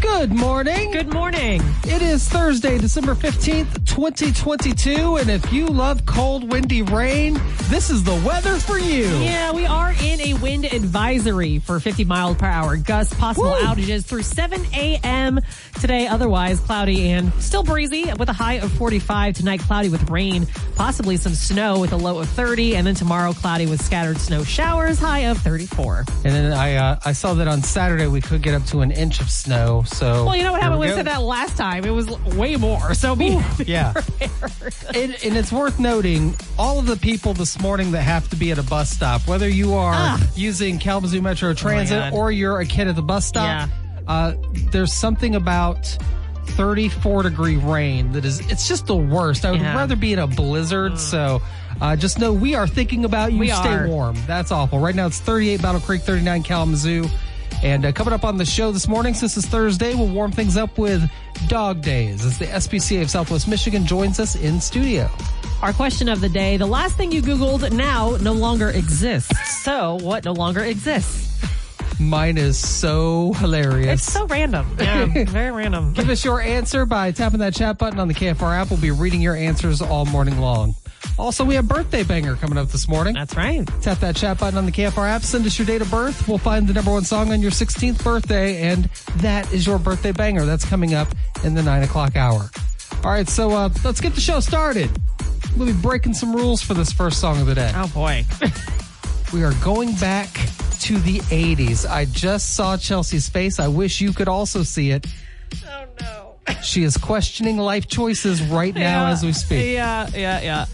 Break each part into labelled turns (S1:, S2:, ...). S1: Good morning.
S2: Good morning.
S1: It is Thursday, December 15th, 2022. And if you love cold, windy rain, this is the weather for you.
S2: Yeah, we are in a wind advisory for 50 miles per hour gusts, possible
S1: Woo.
S2: outages through 7 a.m. today. Otherwise, cloudy and still breezy with a high of 45. Tonight, cloudy with rain, possibly some snow with a low of 30. And then tomorrow, cloudy with scattered snow showers, high of 34.
S1: And then I uh, I saw that on Saturday we could get up to an inch of snow. So
S2: Well, you know what
S1: there
S2: happened
S1: we
S2: when we
S1: go.
S2: said that last time? It was l- way more. So be, be
S1: yeah.
S2: prepared.
S1: And, and it's worth noting all of the people this morning that have to be at a bus stop, whether you are using Kalamazoo Metro Transit
S2: Ah. Oh God.
S1: or you're a kid at the bus stop,
S2: Yeah.
S1: uh, there's something about 34 degree rain that is, it's just the worst. I would
S2: Yeah. Mm.
S1: rather be in a blizzard. So uh, just know we are thinking about you.
S2: We
S1: Stay
S2: are.
S1: warm. That's awful. Right now it's 38 Battle Creek, 39 Kalamazoo. And uh, coming up on the show this morning, since it's Thursday, we'll warm things up with Dog Days as the SPCA of Southwest Michigan joins us in studio.
S2: Our question of the day the last thing you Googled now no longer exists. So, what no longer exists?
S1: Mine is so hilarious.
S2: It's so random. Yeah, very random.
S1: Give us your answer by tapping that chat button on the KFR app. We'll be reading your answers all morning long. Also, we have birthday banger coming up this morning.
S2: That's right.
S1: Tap that chat button on the KFR app. Send us your date of birth. We'll find the number one song on your 16th birthday, and that is your birthday banger. That's coming up in the nine o'clock hour. All right, so uh, let's get the show started. We'll be breaking some rules for this first song of the day.
S2: Oh boy.
S1: We are going back to the 80s. I just saw Chelsea's face. I wish you could also see it.
S2: Oh no.
S1: She is questioning life choices right now as we speak.
S2: Yeah, yeah, yeah.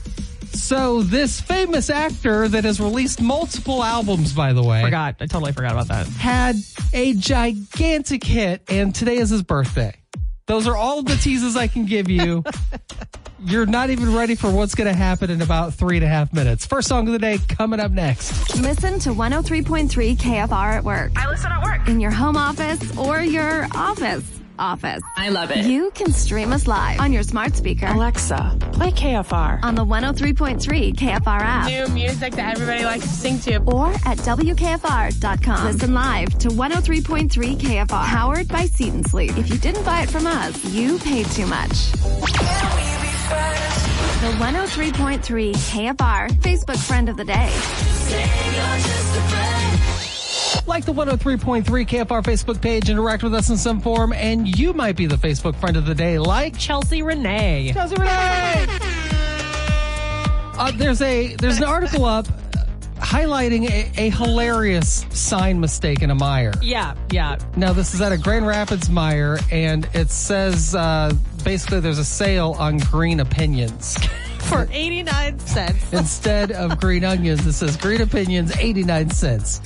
S1: So, this famous actor that has released multiple albums, by the way,
S2: Forgot. I totally forgot about that.
S1: had a gigantic hit, and today is his birthday. Those are all the teases I can give you. You're not even ready for what's going to happen in about three and a half minutes. First song of the day coming up next.
S3: Listen to 103.3 KFR at work. I listen at work. In your home office or your office office.
S4: I love it.
S3: You can stream us live on your smart speaker
S4: Alexa, play KFR.
S3: on the 103.3 KFR app
S5: new music that everybody likes to sing to.
S3: or at WKFR.com. Listen live to 103.3 KFR, powered by Seat and Sleep. If you didn't buy it from us, you paid too much. The 103.3 KFR Facebook friend of the day.
S1: Like the 103.3 KFR Facebook page, interact with us in some form, and you might be the Facebook friend of the day, like
S2: Chelsea Renee.
S1: How's it going? Uh, there's a there's an article up uh, highlighting a, a hilarious sign mistake in a mire.
S2: Yeah, yeah.
S1: Now this is at a Grand Rapids mire, and it says uh, basically there's a sale on green opinions
S2: For 89 cents.
S1: instead of green onions. It says green opinions, eighty nine cents.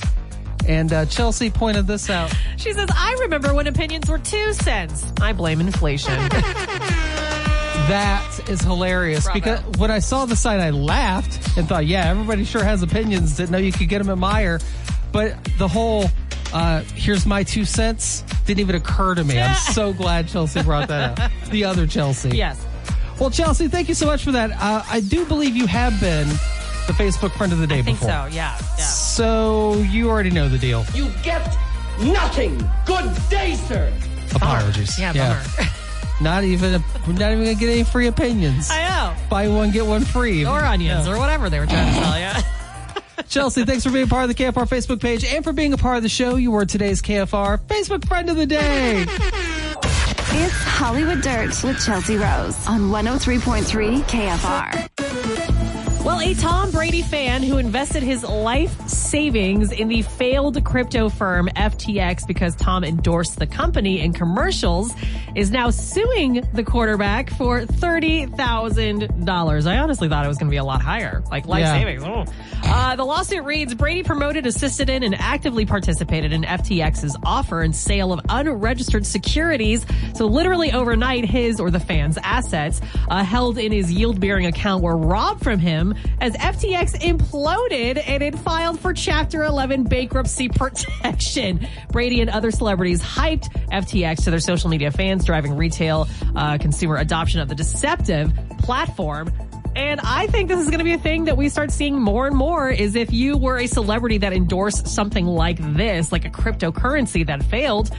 S1: And uh, Chelsea pointed this out.
S2: She says, I remember when opinions were two cents. I blame inflation.
S1: That is hilarious
S2: Bravo.
S1: because when I saw the sign, I laughed and thought, yeah, everybody sure has opinions. Didn't know you could get them at Meyer. But the whole, uh, here's my two cents didn't even occur to me. I'm so glad Chelsea brought that up. The other Chelsea.
S2: yes.
S1: Well, Chelsea, thank you so much for that. Uh, I do believe you have been the Facebook friend of the day
S2: I think
S1: before.
S2: so. Yeah. Yeah.
S1: So you already know the deal.
S6: You get nothing. Good day, sir.
S1: Apologies.
S2: Yeah, bummer.
S1: Not even, we're not even gonna get any free opinions.
S2: I
S1: Buy one, get one free.
S2: know. Or onions or whatever they were trying to sell you.
S1: Chelsea, thanks for being part of the KFR Facebook page and for being a part of the show. You were today's KFR Facebook friend of the day.
S3: It's Hollywood Dirt with Chelsea Rose on 103.3 KFR.
S2: Well, a Tom Brady fan who invested his life savings in the failed crypto firm FTX because Tom endorsed the company in commercials is now suing the quarterback for $30,000. I honestly thought it was going to be a lot higher, like life
S1: Yeah.
S2: savings. Oh. Uh, the lawsuit reads Brady promoted, assisted in, and actively participated in FTX's offer and sale of unregistered securities. So, literally overnight, his or the fans' assets uh, held in his yield bearing account were robbed from him as FTX imploded and it filed for Chapter 11 bankruptcy protection. Brady and other celebrities hyped FTX to their social media fans, driving retail uh, consumer adoption of the deceptive platform. And I think this is going to be a thing that we start seeing more and more is if you were a celebrity that endorsed something like this, like a cryptocurrency that failed,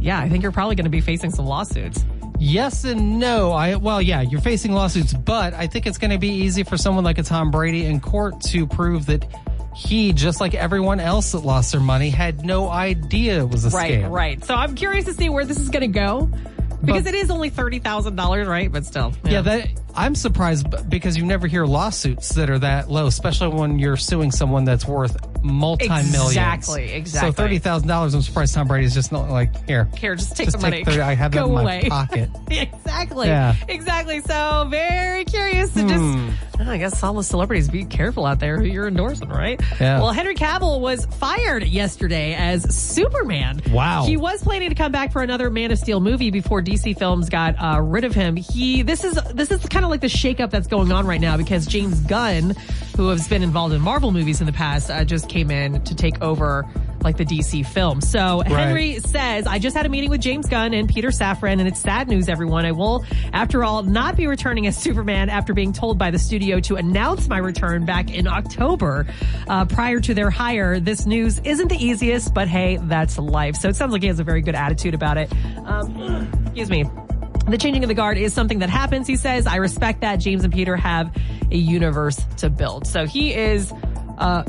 S2: yeah, I think you're probably going to be facing some lawsuits.
S1: Yes and no. I well, yeah, you're facing lawsuits, but I think it's going to be easy for someone like a Tom Brady in court to prove that he, just like everyone else that lost their money, had no idea it was a
S2: Right,
S1: scam.
S2: right. So I'm curious to see where this is going to go because it is only $30,000, right? But still.
S1: Yeah, that I'm surprised b- because you never hear lawsuits that are that low, especially when you're suing someone that's worth multi millions.
S2: Exactly, exactly.
S1: So thirty thousand dollars. I'm surprised Tom Brady's just not like here.
S2: Here, just take
S1: Just
S2: the
S1: take
S2: money.
S1: 30 I have that
S2: Go
S1: in my
S2: away.
S1: pocket.
S2: exactly.
S1: Yeah.
S2: Exactly. So very curious to just,
S1: Hmm.
S2: I guess all the celebrities be careful out there who you're endorsing, right?
S1: Yeah.
S2: Well, Henry Cavill was fired yesterday as Superman.
S1: Wow.
S2: He was planning to come back for another Man of Steel movie before DC Films got uh, rid of him. He, this is, this is kind of like the shakeup that's going on right now because James Gunn, who has been involved in Marvel movies in the past, uh, just came in to take over like the DC film. So Henry says, I just had a meeting with James Gunn and Peter Safran, and it's sad news, everyone. I will, after all, not be returning as Superman after being told by the studio to announce my return back in October uh, prior to their hire. This news isn't the easiest, but hey, that's life. So it sounds like he has a very good attitude about it. Um, excuse me. The changing of the guard is something that happens, he says. I respect that. James and Peter have a universe to build. So he is, uh,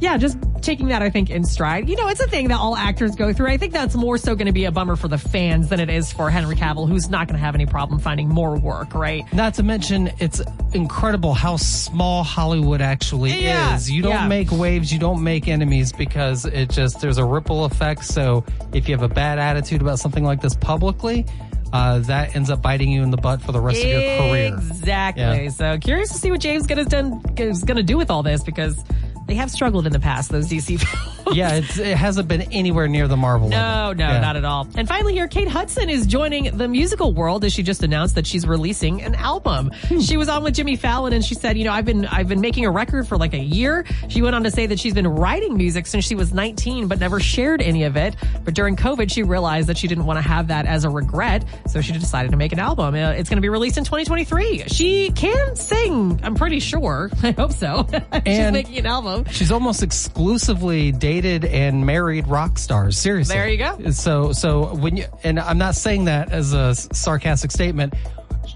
S2: yeah, just taking that, I think, in stride. You know, it's a thing that all actors go through. I think that's more so going to be a bummer for the fans than it is for Henry Cavill, who's not going to have any problem finding more work, right?
S1: Not to mention, it's incredible how small Hollywood actually
S2: Yeah,
S1: is. You don't
S2: yeah.
S1: make waves, you don't make enemies because it just, there's a ripple effect. So if you have a bad attitude about something like this publicly, uh, that ends up biting you in the butt for the rest of your career.
S2: Exactly.
S1: Yeah.
S2: So curious to see what James Gunn has done is going to do with all this because they have struggled in the past. Those DC films.
S1: Yeah, it's, it hasn't been anywhere near the Marvel.
S2: No,
S1: level.
S2: no,
S1: Yeah.
S2: not at all. And finally, here, Kate Hudson is joining the musical world as she just announced that she's releasing an album. she was on with Jimmy Fallon and she said, you know, I've been, I've been making a record for like a year. She went on to say that she's been writing music since she was 19, but never shared any of it. But during COVID, she realized that she didn't want to have that as a regret. So she decided to make an album. Uh, It's going to be released in 2023. She can sing. I'm pretty sure. I hope so. she's
S1: And-
S2: making an album.
S1: She's almost exclusively dated and married rock stars. Seriously,
S2: There you go.
S1: So, so when you and I'm not saying that as a s- sarcastic statement.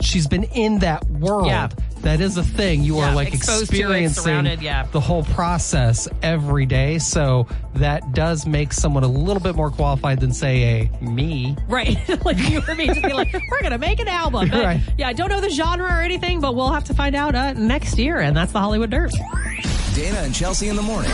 S1: She's been in that world.
S2: Yeah.
S1: That is a thing. You
S2: Yeah,
S1: are like
S2: exposed to it,
S1: experiencing
S2: surrounded, yeah.
S1: the whole process every day. So that does make someone a little bit more qualified than say a me.
S2: Right. like you or me just be like, we're going to make an album. But,
S1: Right.
S2: Yeah, I don't know the genre or anything, but we'll have to find out uh, next year. And that's the Hollywood Dirt.
S7: Dana and Chelsea in the morning.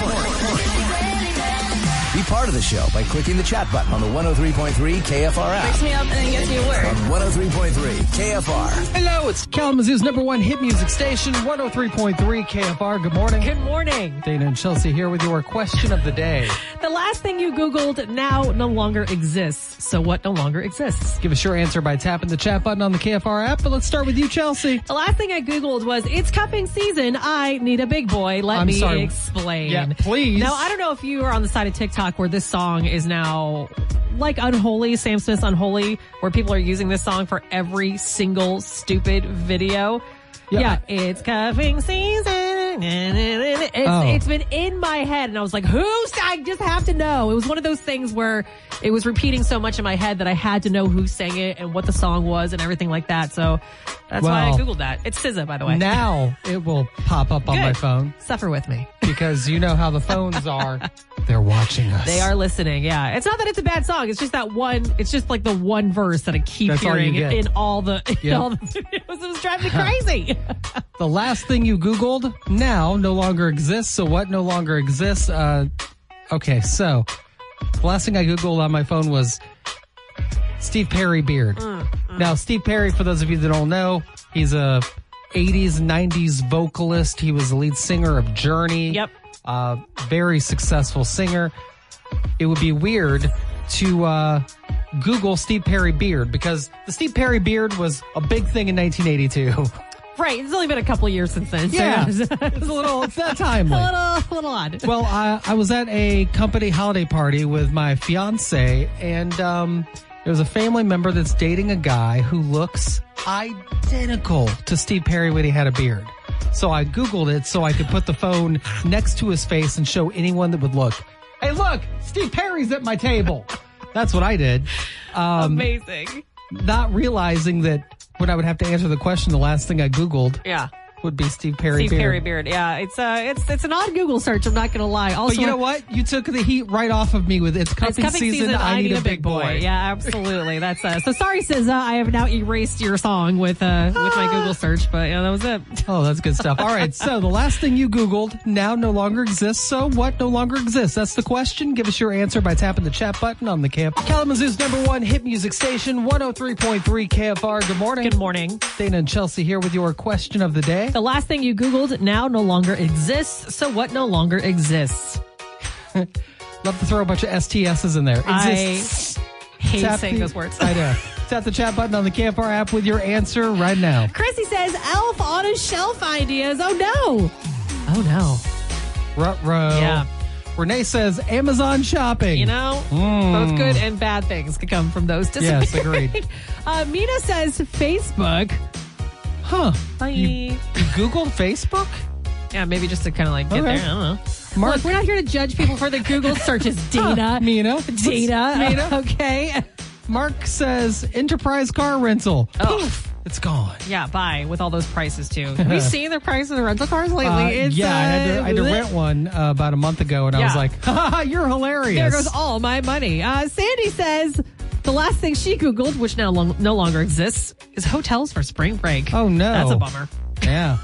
S7: Be part of the show by clicking the chat button on the 103.3 KFR app.
S8: me up and then gets me to work.
S7: 103.3 KFR.
S1: Hello, it's Kalamazoo's number one hit music station, 103.3 KFR. Good morning.
S2: Good morning.
S1: Dana and Chelsea here with your question of the day.
S2: The last thing you Googled now no longer exists. So what no longer exists?
S1: Give us your answer by tapping the chat button on the KFR app. But let's start with you, Chelsea.
S2: The last thing I Googled was, it's cuffing season. I need a big boy. Let
S1: I'm
S2: me
S1: sorry.
S2: explain.
S1: Yeah, please.
S2: Now, I don't know if you are on the side of TikTok where this song is now like Unholy, Sam Smith's Unholy, where people are using this song for every single stupid video. Yeah,
S1: Yeah.
S2: it's cuffing season. It's,
S1: Oh.
S2: it's been in my head, and I was like, "Who's?" I just have to know. It was one of those things where it was repeating so much in my head that I had to know who sang it and what the song was and everything like that. So that's why I
S1: Well,
S2: googled that. It's SZA, by the way.
S1: Now it will pop up on my
S2: Good.
S1: phone
S2: Suffer with me.
S1: because you know how the phones are. They're watching us.
S2: They are listening. Yeah, it's not that it's a bad song. It's just that one. It's just like the one verse that I keep
S1: That's all you
S2: hearing
S1: get.
S2: in all the in
S1: Yeah.
S2: all the videos. It was driving me crazy.
S1: The last thing you Googled now no longer exists. So what no longer exists? Uh, okay, so the last thing I Googled on my phone was Steve Perry beard. Now, Steve Perry, for those of you that don't know, he's a 80s, 90s vocalist. He was the lead singer of Journey.
S2: Yep.
S1: Uh, very successful singer. It would be weird to uh, Google Steve Perry beard because the Steve Perry beard was a big thing in 1982.
S2: Right. It's only been a couple years since then. so
S1: Yeah. Um,
S2: it's
S1: it's
S2: a
S1: a little, it's not timely.
S2: little, little odd.
S1: Well, I, I was at a company holiday party with my fiance, and um, there was a family member that's dating a guy who looks identical to Steve Perry when he had a beard. So I Googled it so I could put the phone next to his face and show anyone that would look. Hey, look, Steve Perry's at my table. That's what I did,
S2: Amazing.
S1: not realizing that when I would have to answer the question, the last thing I Googled
S2: Yeah.
S1: would be Steve Perry
S2: Steve
S1: beard.
S2: Perry beard. Yeah, it's uh, it's it's an odd Google search. I'm not gonna lie. Also,
S1: But you know what? You took the heat right off of me with it's cupping,
S2: It's cupping
S1: season, I, need, a big boy.
S2: Yeah, absolutely. That's uh, so sorry, SZA. I have now erased your song with uh with
S1: Ah.
S2: my Google search, but yeah, that was it.
S1: Oh, that's good stuff. All right. So the last thing you Googled now no longer exists. So what no longer exists? That's the question. Give us your answer by tapping the chat button on the camp. Kalamazoo's number one hit music station, 103.3 KFR. Good morning.
S2: Good morning.
S1: Dana and Chelsea here with your question of the day.
S2: The last thing you Googled now no longer exists. So what no longer exists?
S1: Love to throw a bunch of STSs in there.
S2: I
S1: Exists.
S2: Hate
S1: Tap
S2: saying
S1: the-
S2: those words.
S1: I know. Tap the chat button on the KFR app with your answer right now.
S2: Chrissy says elf on a shelf ideas. Oh no. Oh no.
S1: Ruh-roh.
S2: Yeah.
S1: Renee says Amazon shopping.
S2: You know, both good and bad things could come from those.
S1: Hmm. Yes,
S2: disappearing.
S1: agreed.
S2: Uh, Mina says Facebook.
S1: Huh.
S2: Bye.
S1: You Googled Facebook?
S2: Yeah, maybe just to kind of like get
S1: Okay.
S2: there. I don't know.
S1: Mark-
S2: Look, we're not here to judge people for the Google searches, Dana.
S1: Mina.
S2: Dana.
S1: Mina.
S2: Okay.
S1: Mark says enterprise car rental.
S2: Oh.
S1: Poof. It's gone.
S2: Yeah, bye with all those prices too. Have you seen the price of the rental cars lately?
S1: Uh,
S2: It's,
S1: yeah, I had to,
S2: uh,
S1: I had to
S2: bleh.
S1: rent one uh, about a month ago, and I was
S2: Yeah.
S1: like, ha, ha, ha, "You're hilarious."
S2: There goes all my money. Uh, Sandy says the last thing she Googled, which now long, no longer exists, is hotels for spring break.
S1: Oh, no.
S2: That's a bummer.
S1: yeah.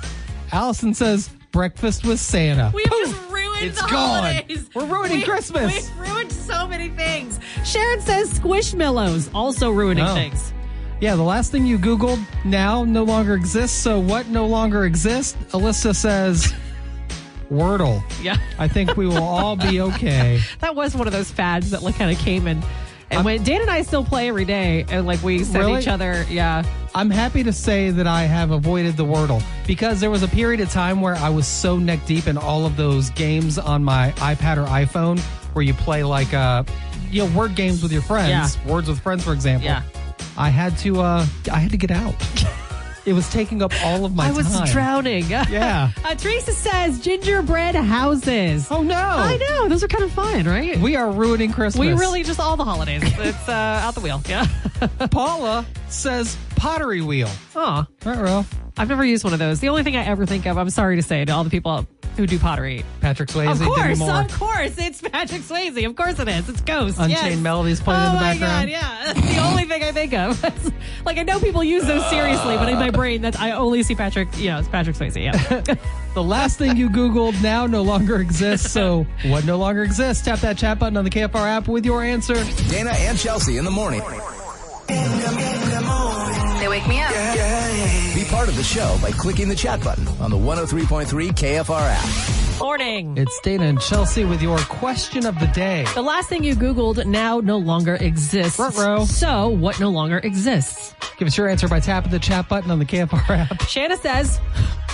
S1: Allison says breakfast with Santa.
S2: We have
S1: Poof.
S2: just ruined
S1: It's
S2: the
S1: gone.
S2: holidays.
S1: We're ruining
S2: We-
S1: Christmas.
S2: We've ruined so many things. Sharon says squishmallows, also ruining
S1: Oh.
S2: things.
S1: Yeah, the last thing you Googled now no longer exists. So what no longer exists? Alyssa says Wordle.
S2: Yeah.
S1: I think we will all be okay.
S2: That was one of those fads that like kind of came and and when Dan and I still play every day and like we send
S1: Really?
S2: each other, yeah.
S1: I'm happy to say that I have avoided the Wordle because there was a period of time where I was so neck deep in all of those games on my iPad or iPhone where you play like uh you know word games with your friends, words with friends for example.
S2: Yeah.
S1: I had to uh I had to get out. it was taking up all of my
S2: I was
S1: time.
S2: drowning.
S1: Yeah.
S2: uh, Teresa says gingerbread houses.
S1: Oh no.
S2: I know. Those are kind of fun, right?
S1: We are ruining Christmas.
S2: We really just all the holidays. It's uh, out the wheel. Yeah.
S1: Paula says pottery wheel.
S2: oh,
S1: Right, Ralph.
S2: I've never used one of those. The only thing I ever think of, I'm sorry to say to all the people who do pottery.
S1: Patrick Swayze.
S2: Of
S1: Demi
S2: course,
S1: Moore.
S2: of course. It's Patrick Swayze. Of course it is. It's Ghost.
S1: Unchained
S2: yes.
S1: Melodies playing
S2: oh
S1: in the
S2: my
S1: background.
S2: God, yeah. That's the only thing I think of. That's- like, I know people use those seriously, but in my brain, that's, I only see Patrick, you know, it's Patrick Swayze. Yeah.
S1: The last thing you Googled now no longer exists. So what no longer exists? Tap that chat button on the KFR app with your answer.
S7: Dana and Chelsea in the morning.
S8: They wake me up.
S7: Be part of the show by clicking the chat button on the 103.3 KFR app.
S2: Morning.
S1: It's Dana and Chelsea with your question of the day.
S2: The last thing you Googled now no longer exists.
S1: Ruh-roh.
S2: So, what no longer exists?
S1: Give us your answer by tapping the chat button on the KFR app.
S2: Shanna says,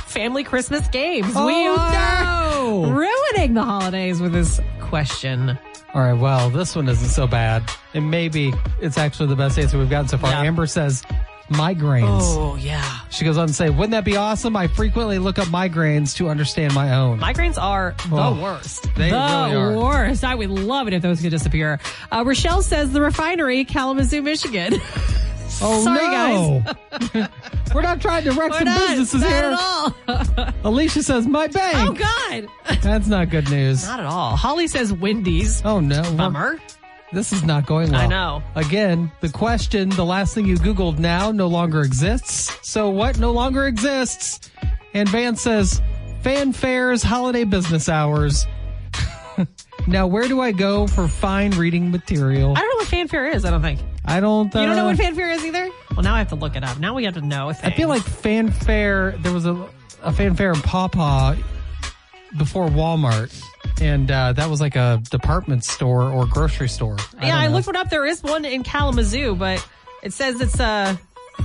S2: family Christmas games. we are
S1: Oh, no.
S2: ruining the holidays with this question.
S1: All right, well, this one isn't so bad. And maybe it's actually the best answer we've gotten so far.
S2: Yeah. Oh.
S1: Amber says migraines.
S2: yeah.
S1: She goes on to say, Wouldn't that be awesome? I frequently look up migraines to understand my own.
S2: Migraines are the
S1: Oh,
S2: worst.
S1: they
S2: the
S1: really are.
S2: worst. I would love it if those could disappear. Uh, Rochelle says the refinery, Kalamazoo, Michigan.
S1: oh,
S2: sorry,
S1: guys. We're not trying to wreck
S2: We're
S1: some
S2: not,
S1: businesses
S2: not
S1: here.
S2: at all.
S1: Alicia says, My
S2: Oh
S1: bank.
S2: God,
S1: That's not good news.
S2: not at all. Holly says Wendy's.
S1: Oh no. We're-
S2: Bummer.
S1: This is not going well.
S2: I know.
S1: Again, the question, the last thing you Googled now no longer exists. So what no longer exists? And Van says, fanfares, holiday business hours. now, where do I go for fine reading material?
S2: I don't know what fanfare is. I don't think
S1: I don't, uh,
S2: you don't know what fanfare is either. Well, now I have to look it up. Now we have to know.
S1: I feel like fanfare. There was a a fanfare in Pawpaw before Walmart, and uh, that was like a department store or grocery store.
S2: yeah,
S1: don't
S2: I
S1: know.
S2: looked one up. There is one in Kalamazoo, but it says it's uh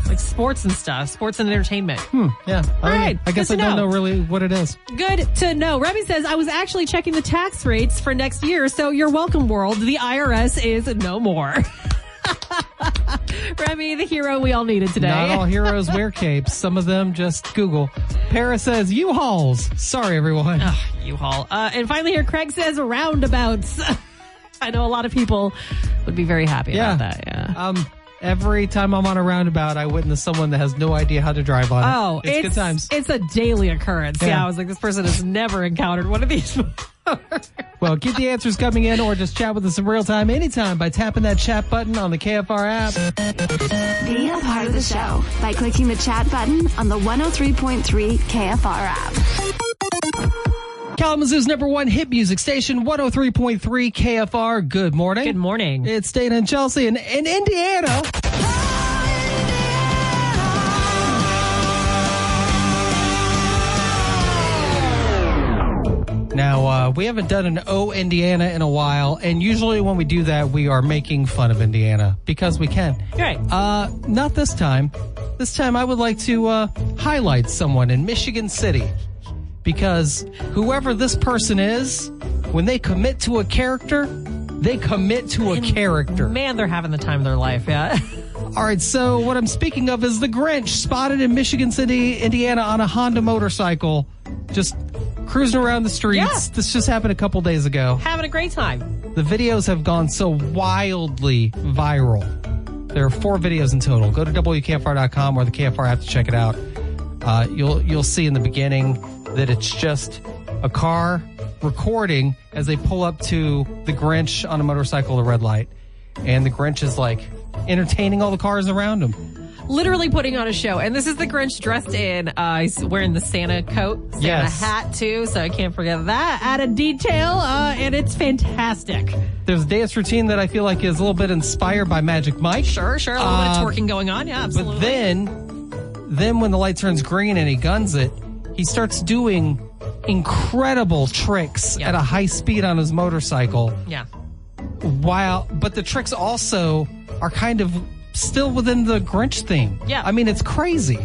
S2: like sports and stuff, sports and entertainment.
S1: Yeah. All
S2: right,
S1: I guess I
S2: good to
S1: don't know.
S2: know.
S1: really what it is.
S2: Good to know. Remy says, I was actually checking the tax rates for next year, so you're welcome, world. The IRS is no more. Remy, the hero we all needed today.
S1: Not all heroes wear capes. Some of them just Google. Paris says U-Hauls. Sorry, everyone.
S2: U-Haul. Uh, and finally, here Craig says roundabouts. I know a lot of people would be very happy about that. Yeah.
S1: Um, every time I'm on a roundabout, I witness someone that has no idea how to drive on it.
S2: Oh,
S1: it's, good times.
S2: It's a daily occurrence. Yeah.
S1: Yeah.
S2: I was like, this person has never encountered one of these. before.
S1: well, keep the answers coming in, or just chat with us in real time, anytime, by tapping that chat button on the KFR app.
S3: Be a part of the show by clicking the chat button on the 103.3 KFR app.
S1: Kalamazoo's number one hit music station, 103.3 KFR. Good morning.
S2: Good morning.
S1: It's Dana and Chelsea in, in Indiana. Now, uh, we haven't done an O Indiana in a while, and usually when we do that, we are making fun of Indiana because we can.
S2: Right.
S1: Uh, not this time. This time, I would like to uh, highlight someone in Michigan City because whoever this person is, when they commit to a character, they commit to a character.
S2: Man, they're having the time of their life. Yeah.
S1: All right, so what I'm speaking of is the Grinch spotted in Michigan City, Indiana on a Honda motorcycle, just cruising around the streets.
S2: Yeah.
S1: This just happened a couple days ago.
S2: having a great time.
S1: The videos have gone so wildly viral. There are four videos in total. Go to WKFR.com or the KFR app to check it out. Uh, you'll you'll see in the beginning that it's just a car recording as they pull up to the Grinch on a motorcycle at a red light, and the Grinch is like entertaining all the cars around him.
S2: Literally putting on a show. And this is the Grinch dressed in, uh, he's wearing the Santa coat, Santa
S1: Yes.
S2: hat too. So I can't forget that. Add a detail. Uh, and it's fantastic.
S1: There's a dance routine that I feel like is a little bit inspired by Magic Mike.
S2: Sure, sure. A little bit
S1: Um,
S2: of twerking going on. Yeah, absolutely.
S1: But then, then when the light turns green and he guns it, he starts doing incredible tricks
S2: Yeah.
S1: at a high speed on his motorcycle.
S2: yeah.
S1: While, but the tricks also are kind of still within the Grinch theme.
S2: Yeah.
S1: I mean, it's crazy.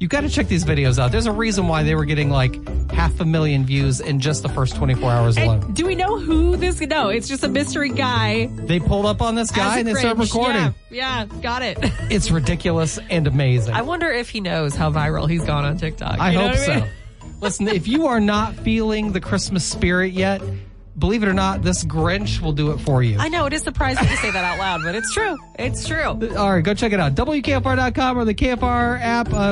S1: You got to check these videos out. There's a reason why they were getting like half a million views in just the first 24 hours alone.
S2: And do we know who this? No, it's just a mystery guy.
S1: they pulled up on this
S2: as
S1: guy
S2: a
S1: and they started
S2: Grinch.
S1: recording.
S2: Yeah, yeah, got it.
S1: It's ridiculous and amazing.
S2: I wonder if he knows how viral he's gone on TikTok.
S1: I
S2: You know
S1: hope
S2: what I mean?
S1: so. Listen, if you are not feeling the Christmas spirit yet, believe it or not, this Grinch will do it for you.
S2: I know it is surprising to say that out loud, but it's true. It's true.
S1: All right, go check it out. WKFR.com or the KFR app. Uh,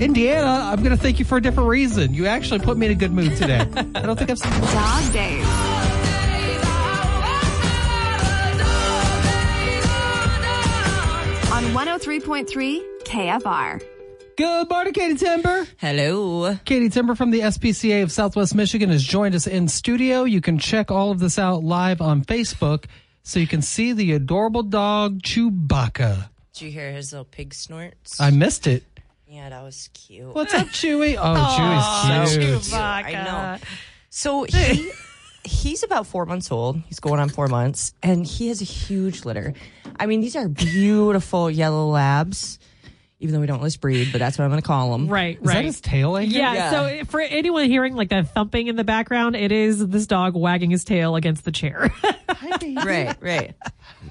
S1: Indiana, I'm going to thank you for a different reason. You actually put me in a good mood today. I don't think I've seen.
S3: Dog Days. On 103.3 KFR.
S1: Good morning, Katie Timber.
S2: Hello.
S1: Katie Timber from the SPCA of Southwest Michigan has joined us in studio. You can check all of this out live on Facebook so you can see the adorable dog Chewbacca.
S8: Did you hear his little pig snorts?
S1: I missed it.
S8: yeah, that was cute.
S1: What's up, Chewy? Oh, Chewy's cute.
S8: I know. So he he's about four months old. He's going on four months, and he has a huge litter. I mean, these are beautiful yellow labs. Even though we don't list breed, but that's what I'm going to call them.
S2: Right,
S1: Is
S2: right.
S1: that his tail? I hear?
S2: yeah,
S8: Yeah.
S2: so for anyone hearing like that thumping in the background, it is this dog wagging his tail against the chair.
S8: right, right.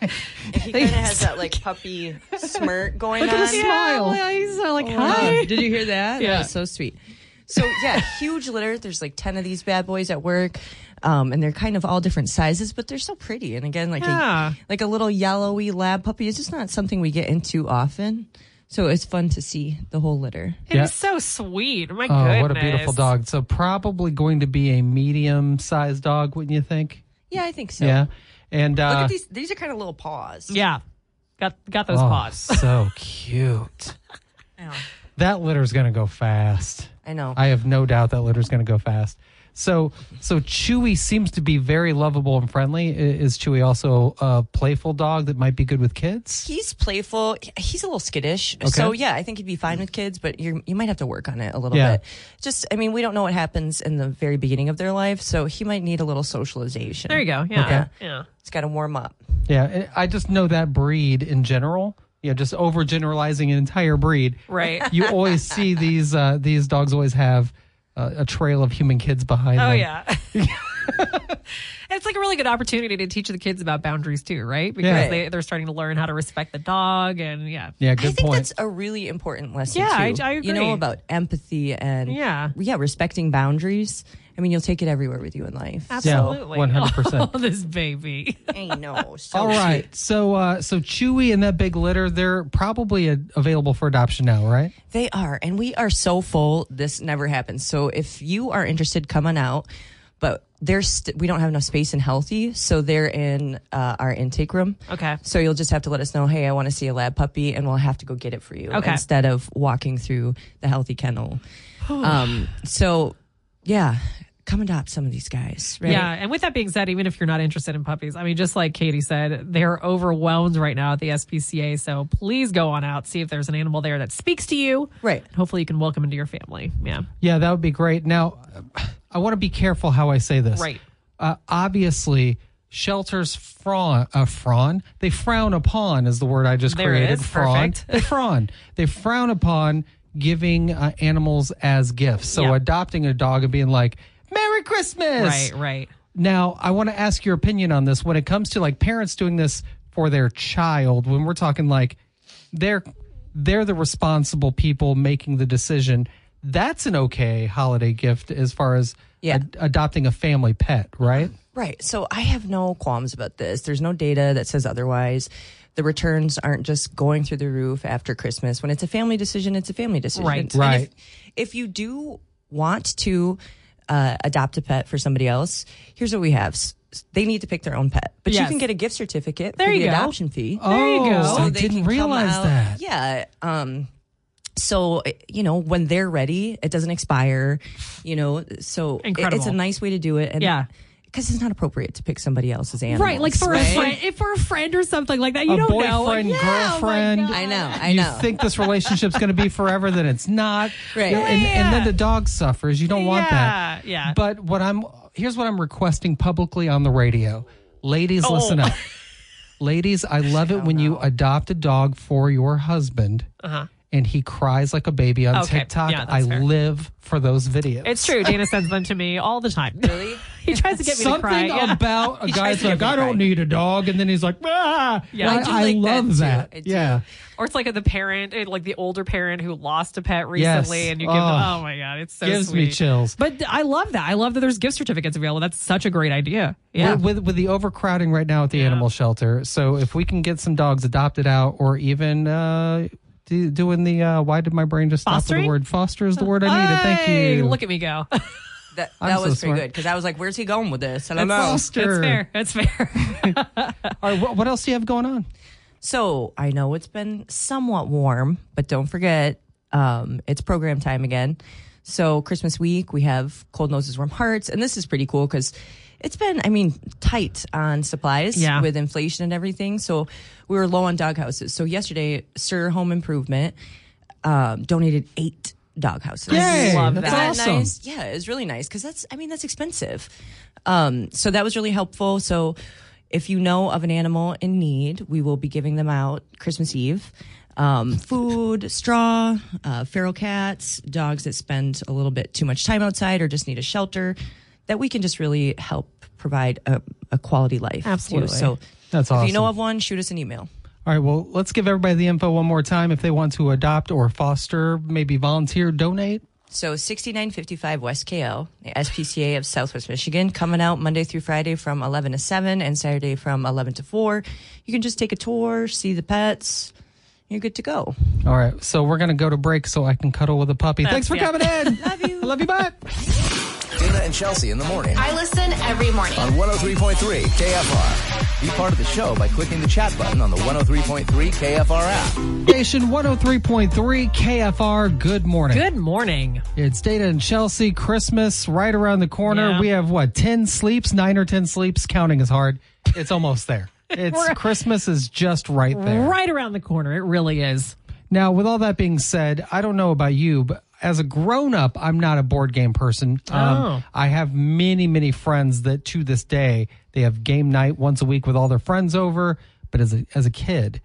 S8: And he kind of has that like puppy smirk going on.
S1: Smile.
S2: Yeah, he's uh, like, hi.
S8: Um, Did you hear that?
S2: Yeah.
S8: That was so sweet. So yeah, huge litter. There's like ten of these bad boys at work. Um, and they're kind of all different sizes, but they're so pretty. And again, like
S2: Yeah.
S8: a, like a little yellowy lab puppy is just not something we get into often. So it's fun to see the whole litter.
S2: It
S1: Yeah.
S2: was so sweet. My
S1: Oh,
S2: goodness.
S1: what a beautiful dog. So probably going to be a medium sized dog, wouldn't you think?
S8: Yeah, I think so.
S1: Yeah. And uh
S8: Look at these. These are kind of little paws.
S2: Yeah. Got got those
S1: oh,
S2: paws.
S1: so cute. That litter's gonna go fast.
S8: I know.
S1: I have no doubt that litter's gonna go fast. So so Chewy seems to be very lovable and friendly. I- Is Chewy also a playful dog that might be good with kids?
S8: He's playful. He's a little skittish. So yeah, I think he'd be fine with kids, but you you might have to work on it a little
S1: Yeah.
S8: bit. Just I mean, we don't know what happens in the very beginning of their life, so he might need a little socialization.
S2: There you go. Yeah.
S1: Okay.
S2: Yeah.
S8: It's got to warm up.
S1: Yeah, I I just know that breed in general you know, just overgeneralizing an entire breed.
S2: Right.
S1: You always see these uh, these dogs always have uh, a trail of human kids behind
S2: Oh
S1: them.
S2: yeah. it's like a really good opportunity to teach the kids about boundaries too, right? Because
S1: Yeah.
S2: they, they're starting to learn how to respect the dog and yeah.
S1: Yeah,
S8: I
S1: good
S8: think
S1: point.
S8: that's a really important lesson.
S2: Yeah, I-
S8: too.
S2: I
S8: You
S2: agree.
S8: know about empathy and
S2: Yeah.
S8: yeah, respecting boundaries. I mean, you'll take it everywhere with you in life.
S2: Absolutely.
S1: 100%.
S2: Oh, this baby.
S8: I know. So
S1: All right. So uh, so Chewy and that big litter, they're probably a, available for adoption now, right?
S8: They are, and we are so full. This never happens. So if you are interested, come on out. But there's st- we don't have enough space in healthy, so they're in uh, our intake room.
S2: Okay.
S8: So you'll just have to let us know, hey, I want to see a lab puppy, and we'll have to go get it for you
S2: Okay.
S8: instead of walking through the healthy kennel. um. So, yeah, come adopt some of these guys. Right?
S2: Yeah. And with that being said, even if you're not interested in puppies, I mean, just like Katie said, they're overwhelmed right now at the SPCA. So please go on out, see if there's an animal there that speaks to you.
S8: Right.
S2: And hopefully you can welcome into your family. Yeah.
S1: Yeah, that would be great. Now, I want to be careful how I say this.
S2: Right.
S1: Uh, obviously, shelters frown, uh, frown. They frown upon is the word I just
S2: There it
S1: created.
S2: is.
S1: Frown.
S2: Perfect.
S1: They frown. They frown upon giving uh, animals as gifts. So
S2: Yeah.
S1: adopting a dog and being like, "Merry Christmas."
S2: Right, right.
S1: Now, I want to ask your opinion on this when it comes to like parents doing this for their child. When we're talking like they're they're the responsible people making the decision. That's an okay holiday gift as far as
S8: Yeah.
S1: ad- adopting a family pet, right?
S8: Right. So I have no qualms about this. There's no data that says otherwise. The returns aren't just going through the roof after Christmas. When it's a family decision, it's a family decision.
S2: Right.
S8: And
S1: Right.
S8: If, if you do want to uh, adopt a pet for somebody else, here's what we have. S- They need to pick their own pet, but you
S2: Yes.
S8: can get a gift certificate
S2: There
S8: for
S2: you
S8: the
S2: go.
S8: adoption fee.
S2: There you go.
S1: Oh, I
S8: they
S1: didn't
S8: can come
S1: realize
S8: out-
S1: that.
S8: Yeah. Um, so you know when they're ready, it doesn't expire. You know, so it- it's
S2: Incredible.
S8: a nice way to do it. And
S2: Yeah.
S8: because it's not appropriate to pick somebody else's animal.
S2: right. Like for a friend, if for a friend or something like that, you
S1: a
S2: don't know. Like,
S1: boyfriend,
S2: yeah, oh my
S1: girlfriend.
S2: God.
S8: I know. I
S1: you
S8: know.
S1: think this relationship's going to be forever, then it's not.
S8: Right.
S1: You know, and, and then
S2: Yeah.
S1: the dog suffers. You don't want that.
S2: Yeah, yeah.
S1: But what I'm here's what I'm requesting publicly on the radio, ladies,
S2: Oh.
S1: listen up. ladies, I love it when you adopt a dog for your husband. And he cries like a baby on
S2: Uh-huh. Okay.
S1: TikTok.
S2: Yeah, that's
S1: I
S2: fair.
S1: live for those videos.
S2: It's true. Dana sends them to me all the time. Really? he tries to get me to cry.
S1: Something
S2: yeah.
S1: about a guy's
S8: to
S1: like,
S8: get me
S1: I don't
S8: crying.
S1: need a dog, and then he's like, ah.
S2: Yeah.
S1: I,
S2: I do
S1: I
S8: like that too.
S1: love that.
S8: I do.
S1: Yeah,
S2: Or it's like the parent, eh, like the older parent who lost a pet recently, and you give them.
S1: Oh.
S2: Oh my god, it's so
S1: gives me
S2: sweet.
S1: chills.
S2: But I love that. I love that there's gift certificates available. That's such a great idea. Yeah.
S1: with, with with the overcrowding right now at the animal shelter. So if we can get some dogs adopted out, or even uh, do, doing the uh, why did my brain just stop with
S2: Fostering?
S1: the word foster is the word I needed. Thank
S2: Hey,
S1: you.
S2: Look at me go.
S8: That,
S1: I'm
S8: that
S1: so
S8: was pretty
S1: smart.
S8: good because I was like, "Where's he going with this?" I don't know.
S2: That's
S1: foster.
S2: fair. That's fair.
S1: All right, what, what else do you have going on?
S8: So I know it's been somewhat warm, but don't forget, um, it's program time again. So Christmas week, we have Cold Noses, Warm Hearts, and this is pretty cool because it's been, I mean, tight on supplies
S2: Yeah.
S8: with inflation and everything. So we were low on dog houses. So yesterday, Sir Home Improvement um, donated eight dog houses.
S1: Yay,
S2: love
S1: that's
S2: that.
S8: Isn't that
S1: awesome.
S8: nice? Yeah, it's really nice because that's, I mean, that's expensive. Um, so that was really helpful. So if you know of an animal in need, we will be giving them out Christmas Eve. Um, food, straw, uh, feral cats, dogs that spend a little bit too much time outside or just need a shelter that we can just really help provide a, a quality life. to.
S2: Absolutely.
S8: So
S1: That's
S8: If you know
S1: awesome.
S8: of one, shoot us an email.
S1: All right, well, let's give everybody the info one more time if they want to adopt or foster, maybe volunteer, donate.
S8: So 6955 West KO, the SPCA of Southwest Michigan, coming out Monday through Friday from 11 to 7 and Saturday from 11 to 4. You can just take a tour, see the pets. You're good to go.
S1: All right, so we're going to go to break so I can cuddle with a puppy. Thanks for
S2: yeah.
S1: coming in. love you. love you, bye.
S7: Dana and Chelsea in the morning
S9: I listen every morning.
S7: on 103.3 KFR. Be part of the show by clicking the chat button on the 103.3 KFR app.
S1: Station 103.3 KFR, good morning.
S2: Good morning.
S1: It's Data and Chelsea. Christmas right around the corner.
S2: Yeah.
S1: We have what ten sleeps, nine or ten sleeps. Counting is hard. It's almost there. It's
S2: We're-
S1: Christmas is just right there.
S2: Right around the corner. It really is.
S1: Now, with all that being said, I don't know about you, but as a grown up, I'm not a board game person. Um,
S2: Oh.
S1: I have many, many friends that to this day they have game night once a week with all their friends over. But as a as a kid,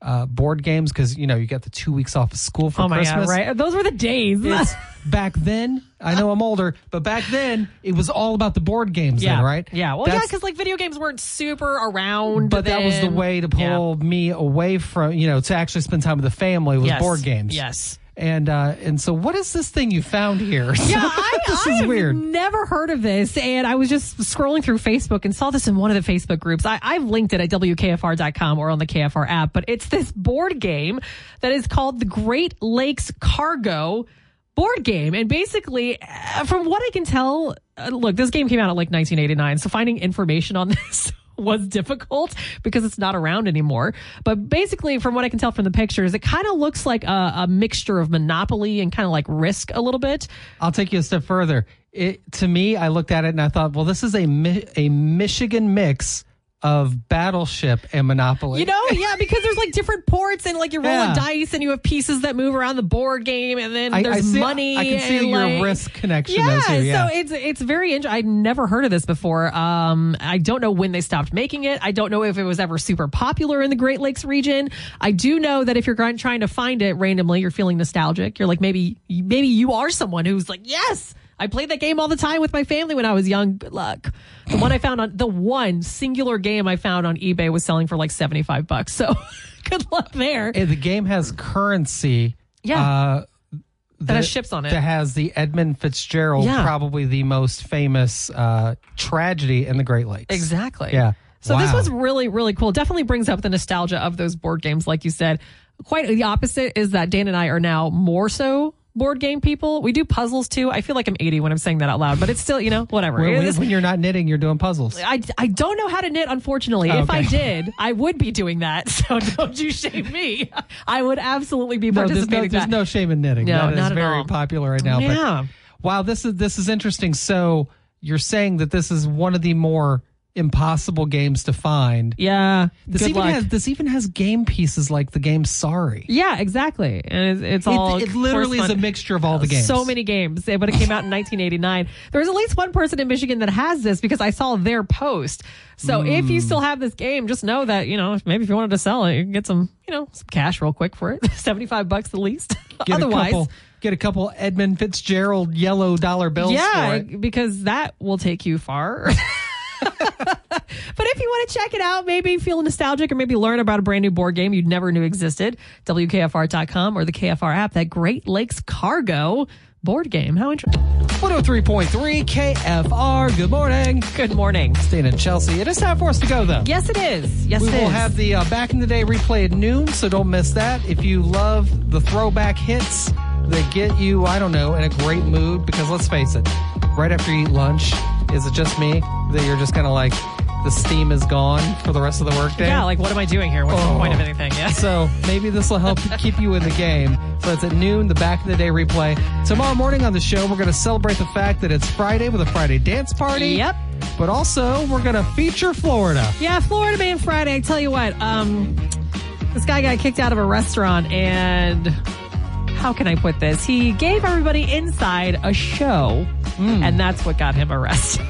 S1: uh, board games because you know you got the two weeks off of school for
S2: Oh my
S1: Christmas.
S2: god! Right? Those were the days.
S1: It's back then. I know I'm older, but back then it was all about the board games.
S2: yeah.
S1: then, right?
S2: Yeah. Well, yeah,
S1: That's-
S2: because like video games weren't super around.
S1: but that was the
S2: then.
S1: way to
S2: Yeah.
S1: pull me away from you know to actually spend time with the family was
S2: Yes.
S1: board games.
S2: Yes.
S1: And uh, and so what is this thing you found here?
S2: Yeah, I,
S1: this
S2: I
S1: is
S2: have
S1: weird.
S2: never heard of this. And I was just scrolling through Facebook and saw this in one of the Facebook groups. I, I've linked it at WKFR.com or on the KFR app, but it's this board game that is called the Great Lakes Cargo board game. And basically, uh, from what I can tell, uh, look, this game came out in like 1989. So finding information on this. Was difficult because it's not around anymore. But basically, from what I can tell from the pictures, it kind of looks like a, a mixture of Monopoly and kind of like Risk a little bit.
S1: I'll take you a step further. It to me, I looked at it and I thought, well, this is a Mi- a Michigan mix of Battleship and Monopoly.
S2: You know, yeah, because there's like different ports and like you're rolling
S1: Yeah.
S2: dice and you have pieces that move around the board game and then
S1: I,
S2: there's
S1: I see,
S2: money.
S1: I can see
S2: and,
S1: your
S2: like-
S1: risk connection.
S2: Yeah,
S1: there, too, yeah.
S2: so it's it's very interesting. I've never heard of this before. Um, I don't know when they stopped making it. I don't know if it was ever super popular in the Great Lakes region. I do know that if you're going- trying to find it randomly, you're feeling nostalgic. You're like maybe maybe you are someone who's like yes. I played that game all the time with my family when I was young. Good luck. The one I found on the one singular game I found on eBay was selling for like 75 bucks. So good luck there.
S1: Eh, the game has currency.
S2: Yeah.
S1: Uh,
S2: that has ships on it.
S1: That has the Edmund Fitzgerald,
S2: Yeah.
S1: probably the most famous uh, tragedy in the Great Lakes.
S2: Exactly.
S1: Yeah.
S2: So this
S1: Wow.
S2: was really, really cool. Definitely brings up the nostalgia of those board games, like you said. Quite the opposite is that Dan and I are now more so board game people. We do puzzles too. I feel like I'm 80 when I'm saying that out loud, but it's still, you know, whatever.
S1: When, when-
S2: It's-
S1: when you're not knitting, you're doing puzzles.
S2: I, I don't know how to knit, unfortunately.
S1: Oh,
S2: If I
S1: okay.
S2: did, I would be doing that. So don't you shame me. I would absolutely be
S1: No, there's
S2: participating.
S1: no,
S2: in
S1: there's
S2: that.
S1: no shame in knitting.
S2: No,
S1: that is
S2: not at
S1: very
S2: all.
S1: popular right now.
S2: Yeah.
S1: But wow, this is this is interesting. So you're saying that this is one of the more impossible games to find.
S2: Yeah.
S1: This
S2: Good
S1: even
S2: luck.
S1: has this even has game pieces like the game Sorry.
S2: yeah, exactly. And it's, it's all
S1: It, it literally is a
S2: correspond-
S1: mixture of all the games.
S2: So many games, eh, but it came out in 1989. There's at least one person in Michigan that has this because I saw their post. So if
S1: Hmm.
S2: you still have this game, just know that you know maybe if you wanted to sell it, you can get some you know some cash real quick for it, 75 bucks the least.
S1: Get
S2: Otherwise,
S1: a couple, get a couple Edmund Fitzgerald yellow dollar bills. for
S2: yeah,
S1: it.
S2: because that will take you far. But if you want to check it out, maybe feel nostalgic or maybe learn about a brand new board game you never knew existed, WKFR.com or the KFR app, that Great Lakes Cargo board game. How interesting.
S1: 103.3 KFR. Good morning.
S2: Good morning.
S1: Staying in Chelsea. It is time for us to go, though.
S2: Yes, it is. Yes,
S1: We
S2: it
S1: will
S2: is.
S1: have the uh, Back in the Day replay at noon, so don't miss that. If you love the throwback hits that get you, I don't know, in a great mood, because let's face it, right after you eat lunch, is it just me that you're just kind of like, the steam is gone for the rest of the workday?
S2: yeah, like what am I doing here? What's
S1: Oh.
S2: the point of anything? Yes.
S1: So maybe this will help keep you in the game. So it's at noon, the back of the day replay. Tomorrow morning on the show, we're going to celebrate the fact that it's Friday with a Friday dance party.
S2: Yep.
S1: But also, we're going to feature Florida.
S2: Yeah, Florida Man Friday. I tell you what, um, this guy got kicked out of a restaurant, and how can I put this? He gave everybody inside a show,
S1: Hmm.
S2: and that's what got him arrested.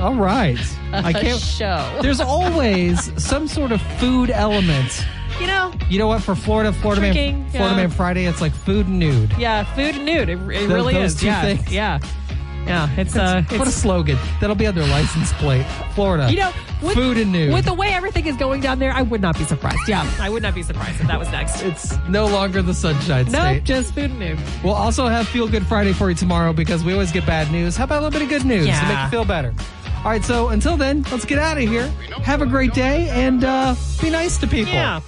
S1: All right. I
S2: A
S1: can't.
S2: show.
S1: There's always some sort of food element.
S2: You know,
S1: You know what? For Florida, Florida
S2: Drinking,
S1: Man, Florida
S2: yeah.
S1: Man Friday, it's like food and nude.
S2: yeah, food and nude. It, it really
S1: those
S2: is.
S1: two
S2: yeah,
S1: things.
S2: yeah, yeah. It's uh,
S1: what a
S2: it's,
S1: slogan! That'll be on their license plate. Florida,
S2: you know, with,
S1: food and nude.
S2: With the way everything is going down there, I would not be surprised. Yeah, I would not be surprised if that was next.
S1: it's no longer the Sunshine State.
S2: Nope, just food and nude.
S1: We'll also have Feel Good Friday for you tomorrow because we always get bad news. How about a little bit of good news to
S2: Yeah.
S1: make you feel better? All right, so until then, let's get out of here. Have a great day and uh, be nice to people.
S2: Yeah.